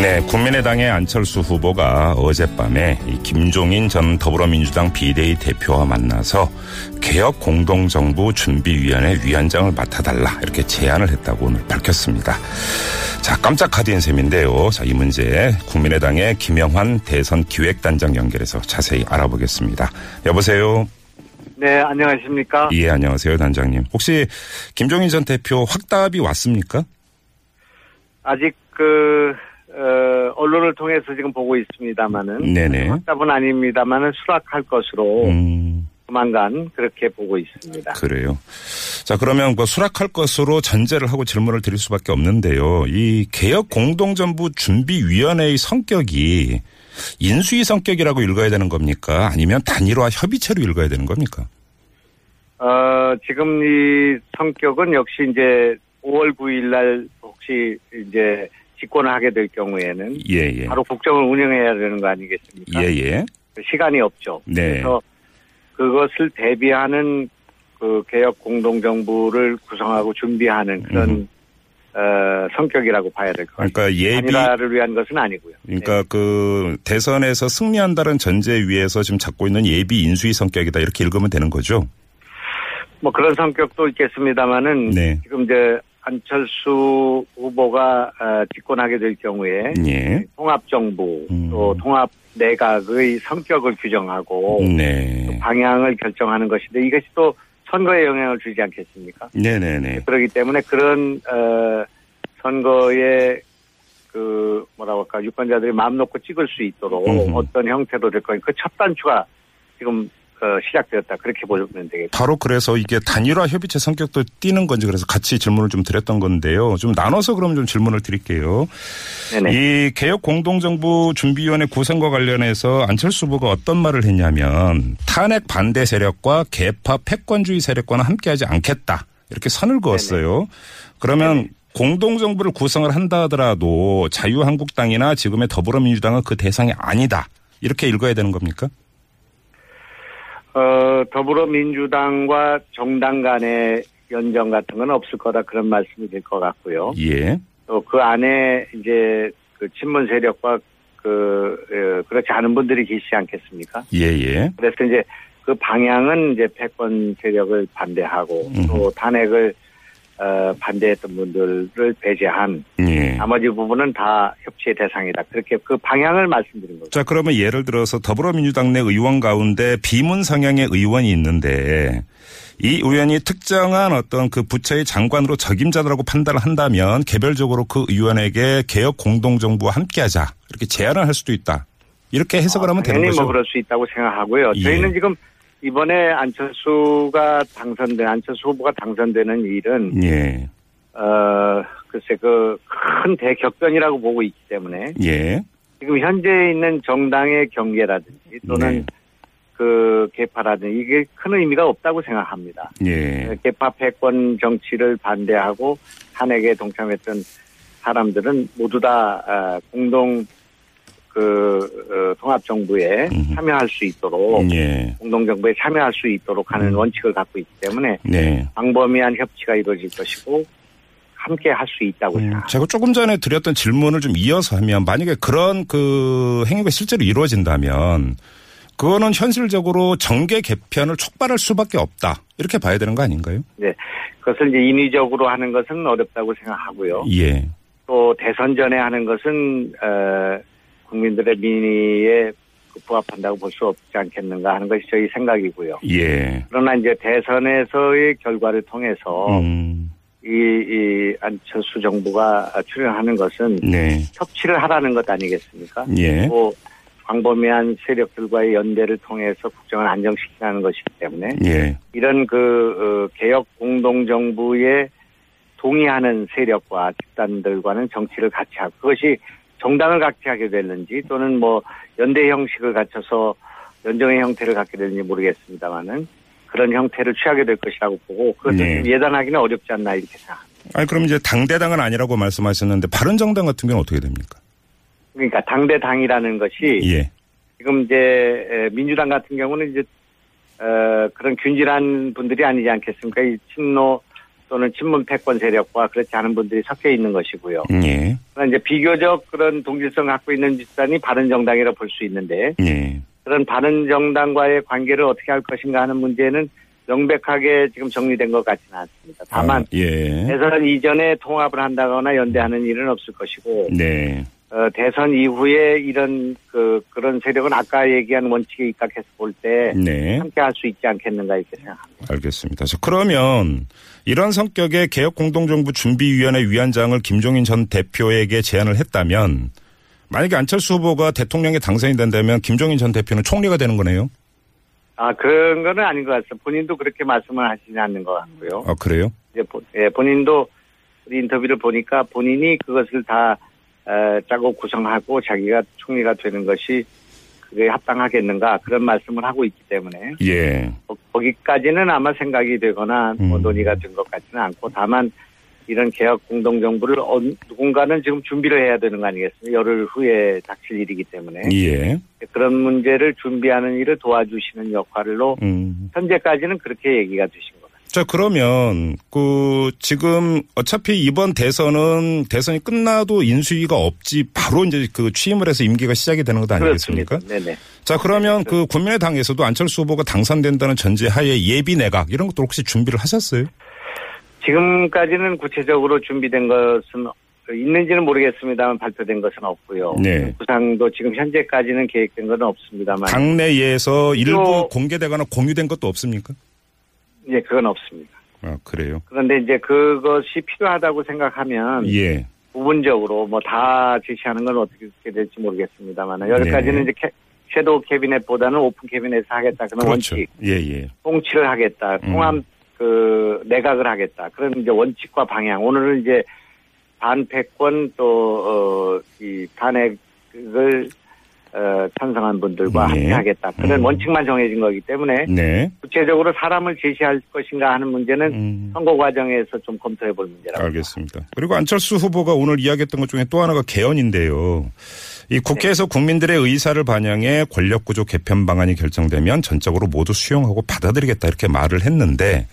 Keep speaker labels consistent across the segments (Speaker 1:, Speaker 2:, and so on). Speaker 1: 네, 국민의당의 안철수 후보가 어젯밤에 이 김종인 전 더불어민주당 비대위 대표와 만나서 개혁 공동정부 준비위원회 위원장을 맡아달라 이렇게 제안을 했다고 오늘 밝혔습니다. 자, 깜짝 카드인 셈인데요. 자, 이 문제 국민의당의 김영환 대선 기획단장 연결해서 자세히 알아보겠습니다. 여보세요.
Speaker 2: 네, 안녕하십니까.
Speaker 1: 예, 안녕하세요, 단장님. 혹시 김종인 전 대표 확답이 왔습니까?
Speaker 2: 아직 그, 어, 언론을 통해서 지금 보고 있습니다만은.
Speaker 1: 네네.
Speaker 2: 답은 아닙니다만은 수락할 것으로
Speaker 1: 음.
Speaker 2: 조만간 그렇게 보고 있습니다.
Speaker 1: 그래요. 자, 그러면 뭐 수락할 것으로 전제를 하고 질문을 드릴 수밖에 없는데요. 이 개혁 공동정부 준비위원회의 성격이 인수위 성격이라고 읽어야 되는 겁니까? 아니면 단일화 협의체로 읽어야 되는 겁니까?
Speaker 2: 어, 지금 이 성격은 역시 이제 5월 9일 날 혹시 이제 집권을 하게 될 경우에는
Speaker 1: 예, 예.
Speaker 2: 바로 국정을 운영해야 되는 거 아니겠습니까?
Speaker 1: 예, 예.
Speaker 2: 시간이 없죠.
Speaker 1: 네.
Speaker 2: 그래서 그것을 대비하는 그 개혁 공동정부를 구성하고 준비하는 그런
Speaker 1: 음.
Speaker 2: 어, 성격이라고 봐야 될 것 같습니다.
Speaker 1: 그러니까 예비
Speaker 2: 단일화를 네. 위한 것은 아니고요. 예.
Speaker 1: 그러니까 그 대선에서 승리한다는 전제 위에서 지금 잡고 있는 예비 인수위 성격이다 이렇게 읽으면 되는 거죠.
Speaker 2: 네. 뭐 그런 성격도 있겠습니다만은
Speaker 1: 네.
Speaker 2: 지금 이제 안철수 후보가 어, 집권하게 될 경우에
Speaker 1: 예.
Speaker 2: 통합정부
Speaker 1: 음.
Speaker 2: 또 통합내각의 성격을 규정하고
Speaker 1: 네.
Speaker 2: 방향을 결정하는 것인데 이것이 또 선거에 영향을 주지 않겠습니까?
Speaker 1: 네네네.
Speaker 2: 그렇기 때문에 그런 어, 선거에 그 뭐라고 할까 유권자들이 마음 놓고 찍을 수 있도록
Speaker 1: 음흠.
Speaker 2: 어떤 형태로 될 거니 그 첫 단추가 지금 어, 시작되었다 그렇게 보면 되겠죠.
Speaker 1: 바로 그래서 이게 단일화 협의체 성격도 띄는 건지 그래서 같이 질문을 좀 드렸던 건데요. 좀 나눠서 그럼 좀 질문을 드릴게요.
Speaker 2: 네네.
Speaker 1: 이 개혁 공동정부 준비위원회 구성과 관련해서 안철수 후보가 어떤 말을 했냐면 탄핵 반대 세력과 개파 패권주의 세력과는 함께하지 않겠다 이렇게 선을 그었어요. 그러면 공동정부를 구성을 한다 하더라도 자유한국당이나 지금의 더불어민주당은 그 대상이 아니다 이렇게 읽어야 되는 겁니까?
Speaker 2: 어, 더불어민주당과 정당 간의 연정 같은 건 없을 거다 그런 말씀이 될 것 같고요.
Speaker 1: 예.
Speaker 2: 또 그 안에 이제 그 친문 세력과 그 어, 그렇지 않은 분들이 계시지 않겠습니까?
Speaker 1: 예, 예.
Speaker 2: 그래서 이제 그 방향은 이제 패권 세력을 반대하고
Speaker 1: 음.
Speaker 2: 또 탄핵을 어, 반대했던 분들을 배제한
Speaker 1: 예.
Speaker 2: 나머지 부분은 다 협치의 대상이다. 그렇게 그 방향을 말씀드린 거죠.
Speaker 1: 자, 그러면 예를 들어서 더불어민주당 내 의원 가운데 비문 성향의 의원이 있는데 이 의원이 특정한 어떤 그 부처의 장관으로 적임자라고 판단을 한다면 개별적으로 그 의원에게 개혁 공동정부와 함께하자 이렇게 제안을 할 수도 있다. 이렇게 해석을 하면 되는
Speaker 2: 당연히
Speaker 1: 거죠.
Speaker 2: 뭐 그럴 수 있다고 생각하고요.
Speaker 1: 예.
Speaker 2: 저희는 지금 이번에 안철수가 당선된 안철수 후보가 당선되는 일은
Speaker 1: 예,
Speaker 2: 어 글쎄 그 큰 대격변이라고 보고 있기 때문에
Speaker 1: 예,
Speaker 2: 지금 현재 있는 정당의 경계라든지 또는
Speaker 1: 네.
Speaker 2: 그 개파라든지 이게 큰 의미가 없다고 생각합니다. 그
Speaker 1: 예,
Speaker 2: 개파 패권 정치를 반대하고 탄핵에 동참했던 사람들은 모두 다 아, 공동 그 통합 정부에
Speaker 1: 음흠.
Speaker 2: 참여할 수 있도록
Speaker 1: 예,
Speaker 2: 공동 정부에 참여할 수 있도록 하는
Speaker 1: 음.
Speaker 2: 원칙을 갖고 있기 때문에
Speaker 1: 네.
Speaker 2: 광범위한 협치가 이루어질 것이고 함께 할 수 있다고
Speaker 1: 음,
Speaker 2: 생각합니다.
Speaker 1: 제가 조금 전에 드렸던 질문을 좀 이어서 하면 만약에 그런 그 행위가 실제로 이루어진다면 그거는 현실적으로 정계 개편을 촉발할 수밖에 없다 이렇게 봐야 되는 거 아닌가요?
Speaker 2: 네. 그것을 이제 인위적으로 하는 것은 어렵다고 생각하고요.
Speaker 1: 예,
Speaker 2: 또 대선 전에 하는 것은 어, 국민들의 민의에 그 부합한다고 볼 수 없지 않겠는가 하는 것이 저희 생각이고요.
Speaker 1: 예,
Speaker 2: 그러나 이제 대선에서의 결과를 통해서
Speaker 1: 음,
Speaker 2: 이, 이 안철수 정부가 출연하는 것은
Speaker 1: 네,
Speaker 2: 협치를 하라는 것 아니겠습니까?
Speaker 1: 예,
Speaker 2: 또 광범위한 세력들과의 연대를 통해서 국정을 안정시키라는 것이기 때문에
Speaker 1: 예,
Speaker 2: 이런 그 어, 개혁 공동 정부에 동의하는 세력과 집단들과는 정치를 같이 하고 그것이 정당을 같이 하게 됐는지 또는 뭐 연대 형식을 갖춰서 연정의 형태를 갖게 되는지 모르겠습니다만은 그런 형태를 취하게 될 것이라고 보고
Speaker 1: 네.
Speaker 2: 그것을 예단하기는 어렵지 않나 이렇게 생각합니다.
Speaker 1: 아니 그럼 이제 당 대당은 아니라고 말씀하셨는데 바른 정당 같은 경우는 어떻게 됩니까?
Speaker 2: 그러니까 당대당이라는 것이
Speaker 1: 예,
Speaker 2: 지금 이제 에, 민주당 같은 경우는 이제 어, 그런 균질한 분들이 아니지 않겠습니까? 이 친노 또는 친문 패권 세력과 그렇지 않은 분들이 섞여 있는 것이고요.
Speaker 1: 예,
Speaker 2: 그러나 이제 비교적 그런 동질성 갖고 있는 집단이 바른 정당이라 볼 수 있는데
Speaker 1: 예,
Speaker 2: 그런 바른 정당과의 관계를 어떻게 할 것인가 하는 문제는 명백하게 지금 정리된 것 같지는 않습니다. 다만
Speaker 1: 아, 예,
Speaker 2: 대선 이전에 통합을 한다거나 연대하는 일은 없을 것이고
Speaker 1: 네,
Speaker 2: 어, 대선 이후에 이런 그 그런 세력은 아까 얘기한 원칙에 입각해서 볼 때
Speaker 1: 네.
Speaker 2: 함께 할 수 있지 않겠는가 이렇게 생각합니다.
Speaker 1: 알겠습니다. 자, 그러면 이런 성격의 개혁 공동정부 준비위원회 위원장을 김종인 전 대표에게 제안을 했다면 만약에 안철수 후보가 대통령에 당선이 된다면 김종인 전 대표는 총리가 되는 거네요.
Speaker 2: 아 그런 거는 아닌 것 같습니다. 본인도 그렇게 말씀을 하시지 않는 것 같고요.
Speaker 1: 아 그래요?
Speaker 2: 이제 본- 예, 본인도 우리 인터뷰를 보니까 본인이 그것을 다 에, 짜고 구성하고 자기가 총리가 되는 것이 그게 합당하겠는가 그런 말씀을 하고 있기 때문에
Speaker 1: 예.
Speaker 2: 뭐 거- 거기까지는 아마 생각이 되거나 뭐
Speaker 1: 음.
Speaker 2: 논의가 된 것 같지는 않고 다만 이런 개혁 공동 정부를 어, 누군가는 지금 준비를 해야 되는 거 아니겠습니까? 열흘 후에 닥칠 일이기 때문에
Speaker 1: 예.
Speaker 2: 그런 문제를 준비하는 일을 도와주시는 역할로
Speaker 1: 음.
Speaker 2: 현재까지는 그렇게 얘기가 되신 것 같습니다.
Speaker 1: 자, 그러면 그 지금 어차피 이번 대선은 대선이 끝나도 인수위가 없지 바로 이제 그 취임을 해서 임기가 시작이 되는 것 아니겠습니까?
Speaker 2: 그렇습니다. 네네.
Speaker 1: 자, 그러면 그 국민의당에서도 안철수 후보가 당선된다는 전제 하에 예비 내각 이런 것도 혹시 준비를 하셨어요?
Speaker 2: 지금까지는 구체적으로 준비된 것은 있는지는 모르겠습니다만 발표된 것은 없고요.
Speaker 1: 네.
Speaker 2: 구상도 지금 현재까지는 계획된 것은 없습니다만
Speaker 1: 당내에서 일부
Speaker 2: 요-
Speaker 1: 공개되거나 공유된 것도 없습니까?
Speaker 2: 예, 그건 없습니다.
Speaker 1: 아, 그래요.
Speaker 2: 그런데 이제 그것이 필요하다고 생각하면
Speaker 1: 예.
Speaker 2: 부분적으로 뭐 다 제시하는 건 어떻게 될지 모르겠습니다만 여러
Speaker 1: 네.
Speaker 2: 가지는 이제 캐, 섀도우 캐비넷보다는 오픈 캐비넷에서 하겠다 그런
Speaker 1: 그렇죠. 음.
Speaker 2: 원칙,
Speaker 1: 예, 예.
Speaker 2: 통치를 하겠다, 통합 그 내각을 하겠다 그런 이제 원칙과 방향. 오늘은 이제 반패권 또어이 탄핵을 어, 찬성한 분들과
Speaker 1: 네.
Speaker 2: 함께하겠다 그런
Speaker 1: 음.
Speaker 2: 원칙만 정해진 거기 때문에
Speaker 1: 네.
Speaker 2: 구체적으로 사람을 제시할 것인가 하는 문제는
Speaker 1: 음.
Speaker 2: 선거 과정에서 좀 검토해 볼 문제라고.
Speaker 1: 알겠습니다. 그리고 안철수 후보가 오늘 이야기했던 것 중에 또 하나가 개헌인데요. 이 국회에서 국민들의 의사를 반영해 권력구조 개편 방안이 결정되면 전적으로 모두 수용하고 받아들이겠다 이렇게 말을 했는데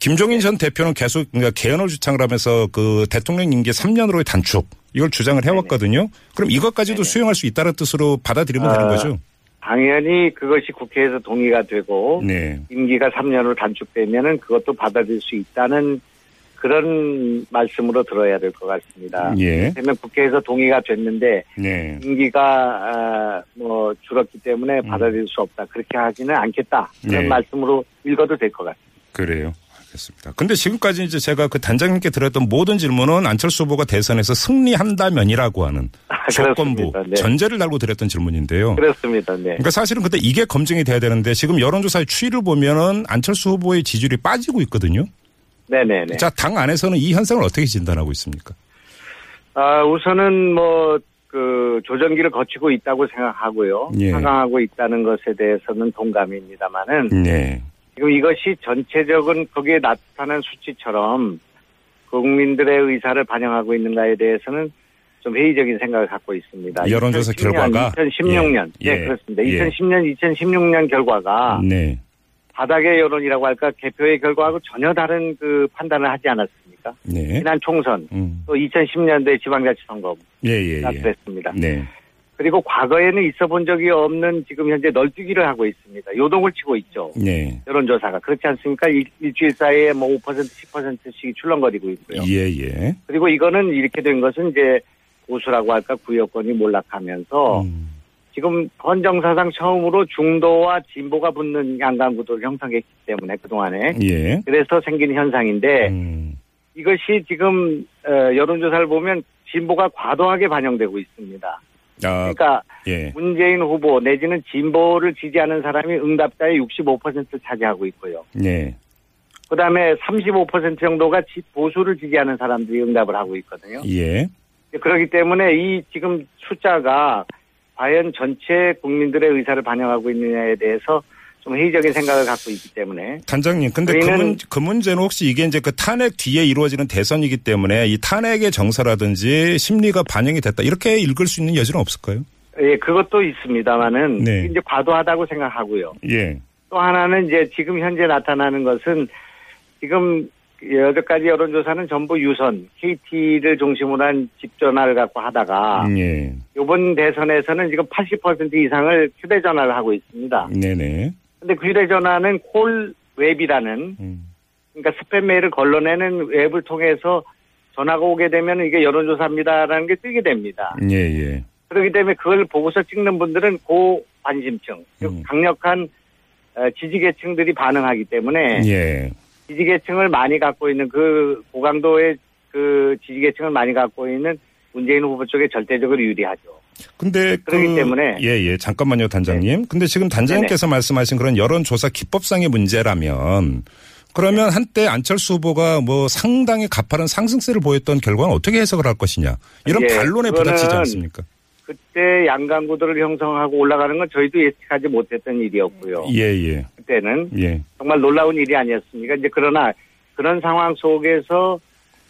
Speaker 1: 김종인 전 대표는 계속 그러니까 개헌을 주창을 하면서 그 대통령 임기 3년으로의 단축 이걸 주장을 해왔거든요. 그럼 이것까지도 수용할 수 있다는 뜻으로 받아들이면 되는
Speaker 2: 아,
Speaker 1: 거죠?
Speaker 2: 당연히 그것이 국회에서 동의가 되고
Speaker 1: 네.
Speaker 2: 임기가 3년으로 단축되면은 그것도 받아들일 수 있다는 그런 말씀으로 들어야 될 것 같습니다.
Speaker 1: 예.
Speaker 2: 그러면 국회에서 동의가 됐는데
Speaker 1: 네.
Speaker 2: 임기가 아, 뭐 줄었기 때문에 받아들일 수 없다. 그렇게 하지는 않겠다. 그런
Speaker 1: 음. 네.
Speaker 2: 말씀으로 읽어도 될 것 같습니다.
Speaker 1: 그래요. 알겠습니다. 근데 지금까지 이제 제가 그 단장님께 드렸던 모든 질문은 안철수 후보가 대선에서 승리한다면이라고 하는 조건부
Speaker 2: 그렇습니다. 네.
Speaker 1: 전제를 달고 드렸던 질문인데요.
Speaker 2: 그렇습니다. 네.
Speaker 1: 그러니까 사실은 근데 이게 검증이 돼야 되는데 지금 여론조사의 추이를 보면은 안철수 후보의 지지율이 빠지고 있거든요.
Speaker 2: 네네네.
Speaker 1: 자, 당 안에서는 이 현상을 어떻게 진단하고 있습니까?
Speaker 2: 아, 우선은 뭐, 그, 조정기를 거치고 있다고 생각하고요.
Speaker 1: 예.
Speaker 2: 상황하고 있다는 것에 대해서는 동감입니다만은
Speaker 1: 네.
Speaker 2: 지금 이것이 전체적인 거기에 나타난 수치처럼 국민들의 의사를 반영하고 있는가에 대해서는 좀 회의적인 생각을 갖고 있습니다.
Speaker 1: 여론조사
Speaker 2: 2010년,
Speaker 1: 결과가?
Speaker 2: 2016년
Speaker 1: 예.
Speaker 2: 예,
Speaker 1: 예.
Speaker 2: 그렇습니다.
Speaker 1: 예.
Speaker 2: 2010년 2016년 결과가
Speaker 1: 네.
Speaker 2: 바닥의 여론이라고 할까 개표의 결과하고 전혀 다른 그 판단을 하지 않았습니까?
Speaker 1: 네.
Speaker 2: 지난 총선
Speaker 1: 음.
Speaker 2: 또 2010년대 지방자치선거가
Speaker 1: 예, 예, 예.
Speaker 2: 그랬습니다.
Speaker 1: 네.
Speaker 2: 그리고 과거에는 있어본 적이 없는 지금 현재 널뛰기를 하고 있습니다. 요동을 치고 있죠.
Speaker 1: 네.
Speaker 2: 여론조사가 그렇지 않습니까? 일, 일주일 사이에 뭐 5% 10%씩 출렁거리고 있고요.
Speaker 1: 예, 예.
Speaker 2: 그리고 이거는 이렇게 된 것은 이제 보수라고 할까 구여권이 몰락하면서
Speaker 1: 음.
Speaker 2: 지금 헌정사상 처음으로 중도와 진보가 붙는 양강 구도를 형성했기 때문에 그 동안에
Speaker 1: 예.
Speaker 2: 그래서 생긴 현상인데
Speaker 1: 음.
Speaker 2: 이것이 지금 어, 여론조사를 보면 진보가 과도하게 반영되고 있습니다.
Speaker 1: 아,
Speaker 2: 그러니까
Speaker 1: 예.
Speaker 2: 문재인 후보 내지는 진보를 지지하는 사람이 응답자의 65%를 차지하고 있고요.
Speaker 1: 네.
Speaker 2: 그 다음에 35% 정도가 지- 보수를 지지하는 사람들이 응답을 하고 있거든요.
Speaker 1: 예.
Speaker 2: 그렇기 때문에 이 지금 숫자가 과연 전체 국민들의 의사를 반영하고 있느냐에 대해서 좀 회의적인 생각을 갖고 있기 때문에
Speaker 1: 단장님, 근데 그,
Speaker 2: 우리는-
Speaker 1: 문, 그 문제는 혹시 이게 이제 그 탄핵 뒤에 이루어지는 대선이기 때문에 이 탄핵의 정서라든지 심리가 반영이 됐다 이렇게 읽을 수 있는 여지는 없을까요?
Speaker 2: 예, 그것도 있습니다만은
Speaker 1: 네.
Speaker 2: 이제 과도하다고 생각하고요.
Speaker 1: 예.
Speaker 2: 또 하나는 이제 지금 현재 나타나는 것은 지금 여태까지 여론조사는 전부 유선 KT를 중심으로 한 집전화를 갖고 하다가
Speaker 1: 예.
Speaker 2: 이번 대선에서는 지금 80% 이상을 휴대전화를 하고 있습니다.
Speaker 1: 음. 네네.
Speaker 2: 근데 그 휴대전화는 콜 웹이라는
Speaker 1: 음.
Speaker 2: 그러니까 스팸 메일을 걸러내는 웹을 통해서 전화가 오게 되면 이게 여론조사입니다라는 게 뜨게 됩니다.
Speaker 1: 예, 예.
Speaker 2: 그렇기 때문에 그걸 보고서 찍는 분들은 고관심층, 즉
Speaker 1: 음.
Speaker 2: 강력한 어, 지지계층들이 반응하기 때문에
Speaker 1: 예.
Speaker 2: 지지계층을 많이 갖고 있는 그 고강도의 그 지지계층을 많이 갖고 있는 문재인 후보 쪽에 절대적으로 유리하죠.
Speaker 1: 근데
Speaker 2: 그렇기
Speaker 1: 그-
Speaker 2: 때문에- 네.
Speaker 1: 예, 예. 잠깐만요, 단장님. 근데 지금 단장님께서 말씀하신 그런 여론조사 기법상의 문제라면 그러면 한때 안철수 후보가 뭐 상당히 가파른 상승세를 보였던 결과는 어떻게 해석을 할 것이냐 이런
Speaker 2: 예,
Speaker 1: 반론에 부닥치지
Speaker 2: 그거는-
Speaker 1: 않습니까?
Speaker 2: 그때 양강구도를 형성하고 올라가는 건 저희도 예측하지 못했던 일이었고요.
Speaker 1: 예, 예,
Speaker 2: 그때는
Speaker 1: 예,
Speaker 2: 정말 놀라운 일이 아니었습니까? 이제 그러나 그런 상황 속에서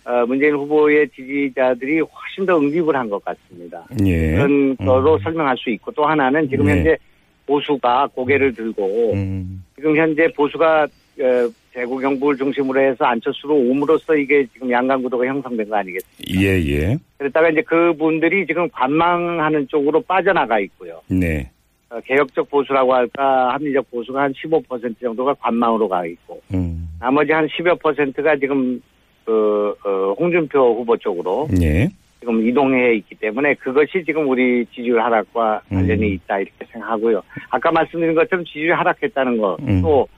Speaker 2: 어, 문재인 후보의 지지자들이 훨씬 더 응집을 한 것 같습니다.
Speaker 1: 예.
Speaker 2: 그런 거로
Speaker 1: 음.
Speaker 2: 설명할 수 있고 또 하나는 지금
Speaker 1: 네.
Speaker 2: 현재 보수가 고개를 들고
Speaker 1: 음,
Speaker 2: 지금 현재 보수가 어, 대구 경북을 중심으로 해서 안철수로 옴으로써 이게 지금 양강구도가 형성된 거 아니겠습니까?
Speaker 1: 예, 예,
Speaker 2: 그랬다가 이제 그분들이 지금 관망하는 쪽으로 빠져나가 있고요.
Speaker 1: 네,
Speaker 2: 어, 개혁적 보수라고 할까 합리적 보수가 한 15% 정도가 관망으로 가 있고
Speaker 1: 음,
Speaker 2: 나머지 한 10여 퍼센트가 지금 그 어, 홍준표 후보 쪽으로
Speaker 1: 예,
Speaker 2: 지금 이동해 있기 때문에 그것이 지금 우리 지지율 하락과
Speaker 1: 음.
Speaker 2: 관련이 있다 이렇게 생각하고요. 아까 말씀드린 것처럼 지지율 하락했다는 것,
Speaker 1: 음.
Speaker 2: 또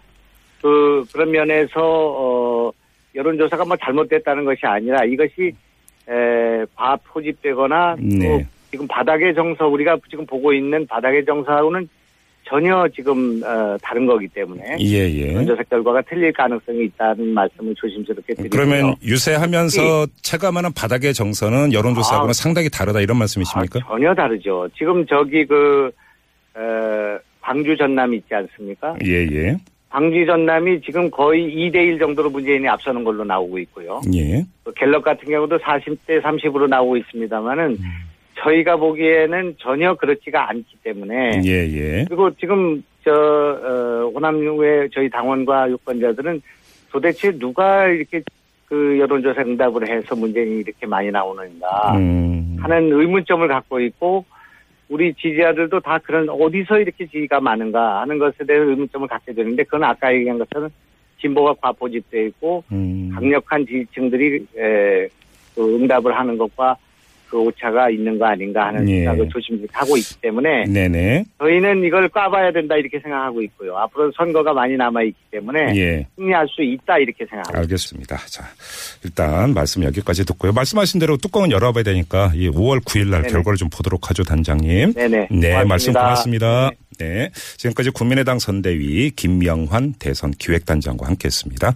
Speaker 2: 그 그런 면에서 어, 여론조사가 뭐 잘못됐다는 것이 아니라 이것이 에, 과포집되거나 또
Speaker 1: 네.
Speaker 2: 지금 바닥의 정서 우리가 지금 보고 있는 바닥의 정서하고는 전혀 지금 어, 다른 거기 때문에
Speaker 1: 예, 예.
Speaker 2: 여론조사 결과가 틀릴 가능성이 있다는 말씀을 조심스럽게 드리고요. 예.
Speaker 1: 그러면 유세하면서 체감하는 바닥의 정서는 여론조사하고는
Speaker 2: 아.
Speaker 1: 상당히 다르다 이런 말씀이십니까?
Speaker 2: 아, 전혀 다르죠. 지금 저기 그 어, 광주 전남 있지 않습니까?
Speaker 1: 예, 예,
Speaker 2: 광주 전남이 지금 거의 2대1 정도로 문재인이 앞서는 걸로 나오고 있고요.
Speaker 1: 예,
Speaker 2: 그 갤럽 같은 경우도 40대 30으로 나오고
Speaker 1: 음.
Speaker 2: 있습니다만은 저희가 보기에는 전혀 그렇지가 않기 때문에
Speaker 1: 예, 예.
Speaker 2: 그리고 지금 저 어, 호남의 저희 당원과 유권자들은 도대체 누가 이렇게 그 여론조사 응답을 해서 문재인이 이렇게 많이 나오는가
Speaker 1: 음.
Speaker 2: 아, 하는 의문점을 갖고 있고 우리 지지자들도 다 그런 어디서 이렇게 지지가 많은가 하는 것에 대해 의문점을 갖게 되는데 그건 아까 얘기한 것처럼 진보가 과포집돼 있고
Speaker 1: 음.
Speaker 2: 강력한 지지층들이 에, 그 응답을 하는 것과 그 오차가 있는 거 아닌가 하는
Speaker 1: 예.
Speaker 2: 생각을 조심스럽게 하고 있기 때문에
Speaker 1: 네네.
Speaker 2: 저희는 이걸 까봐야 된다 이렇게 생각하고 있고요. 앞으로 선거가 많이 남아 있기 때문에
Speaker 1: 예.
Speaker 2: 승리할 수 있다 이렇게 생각합니다.
Speaker 1: 알겠습니다. 자, 일단 말씀 여기까지 듣고요. 말씀하신 대로 뚜껑은 열어봐야 되니까 이 5월 9일 날
Speaker 2: 네네.
Speaker 1: 결과를 좀 보도록 하죠, 단장님.
Speaker 2: 네네.
Speaker 1: 네, 말씀 고맙습니다. 네.
Speaker 2: 네.
Speaker 1: 지금까지 국민의당 선대위 김명환 대선 기획단장과 함께 했습니다.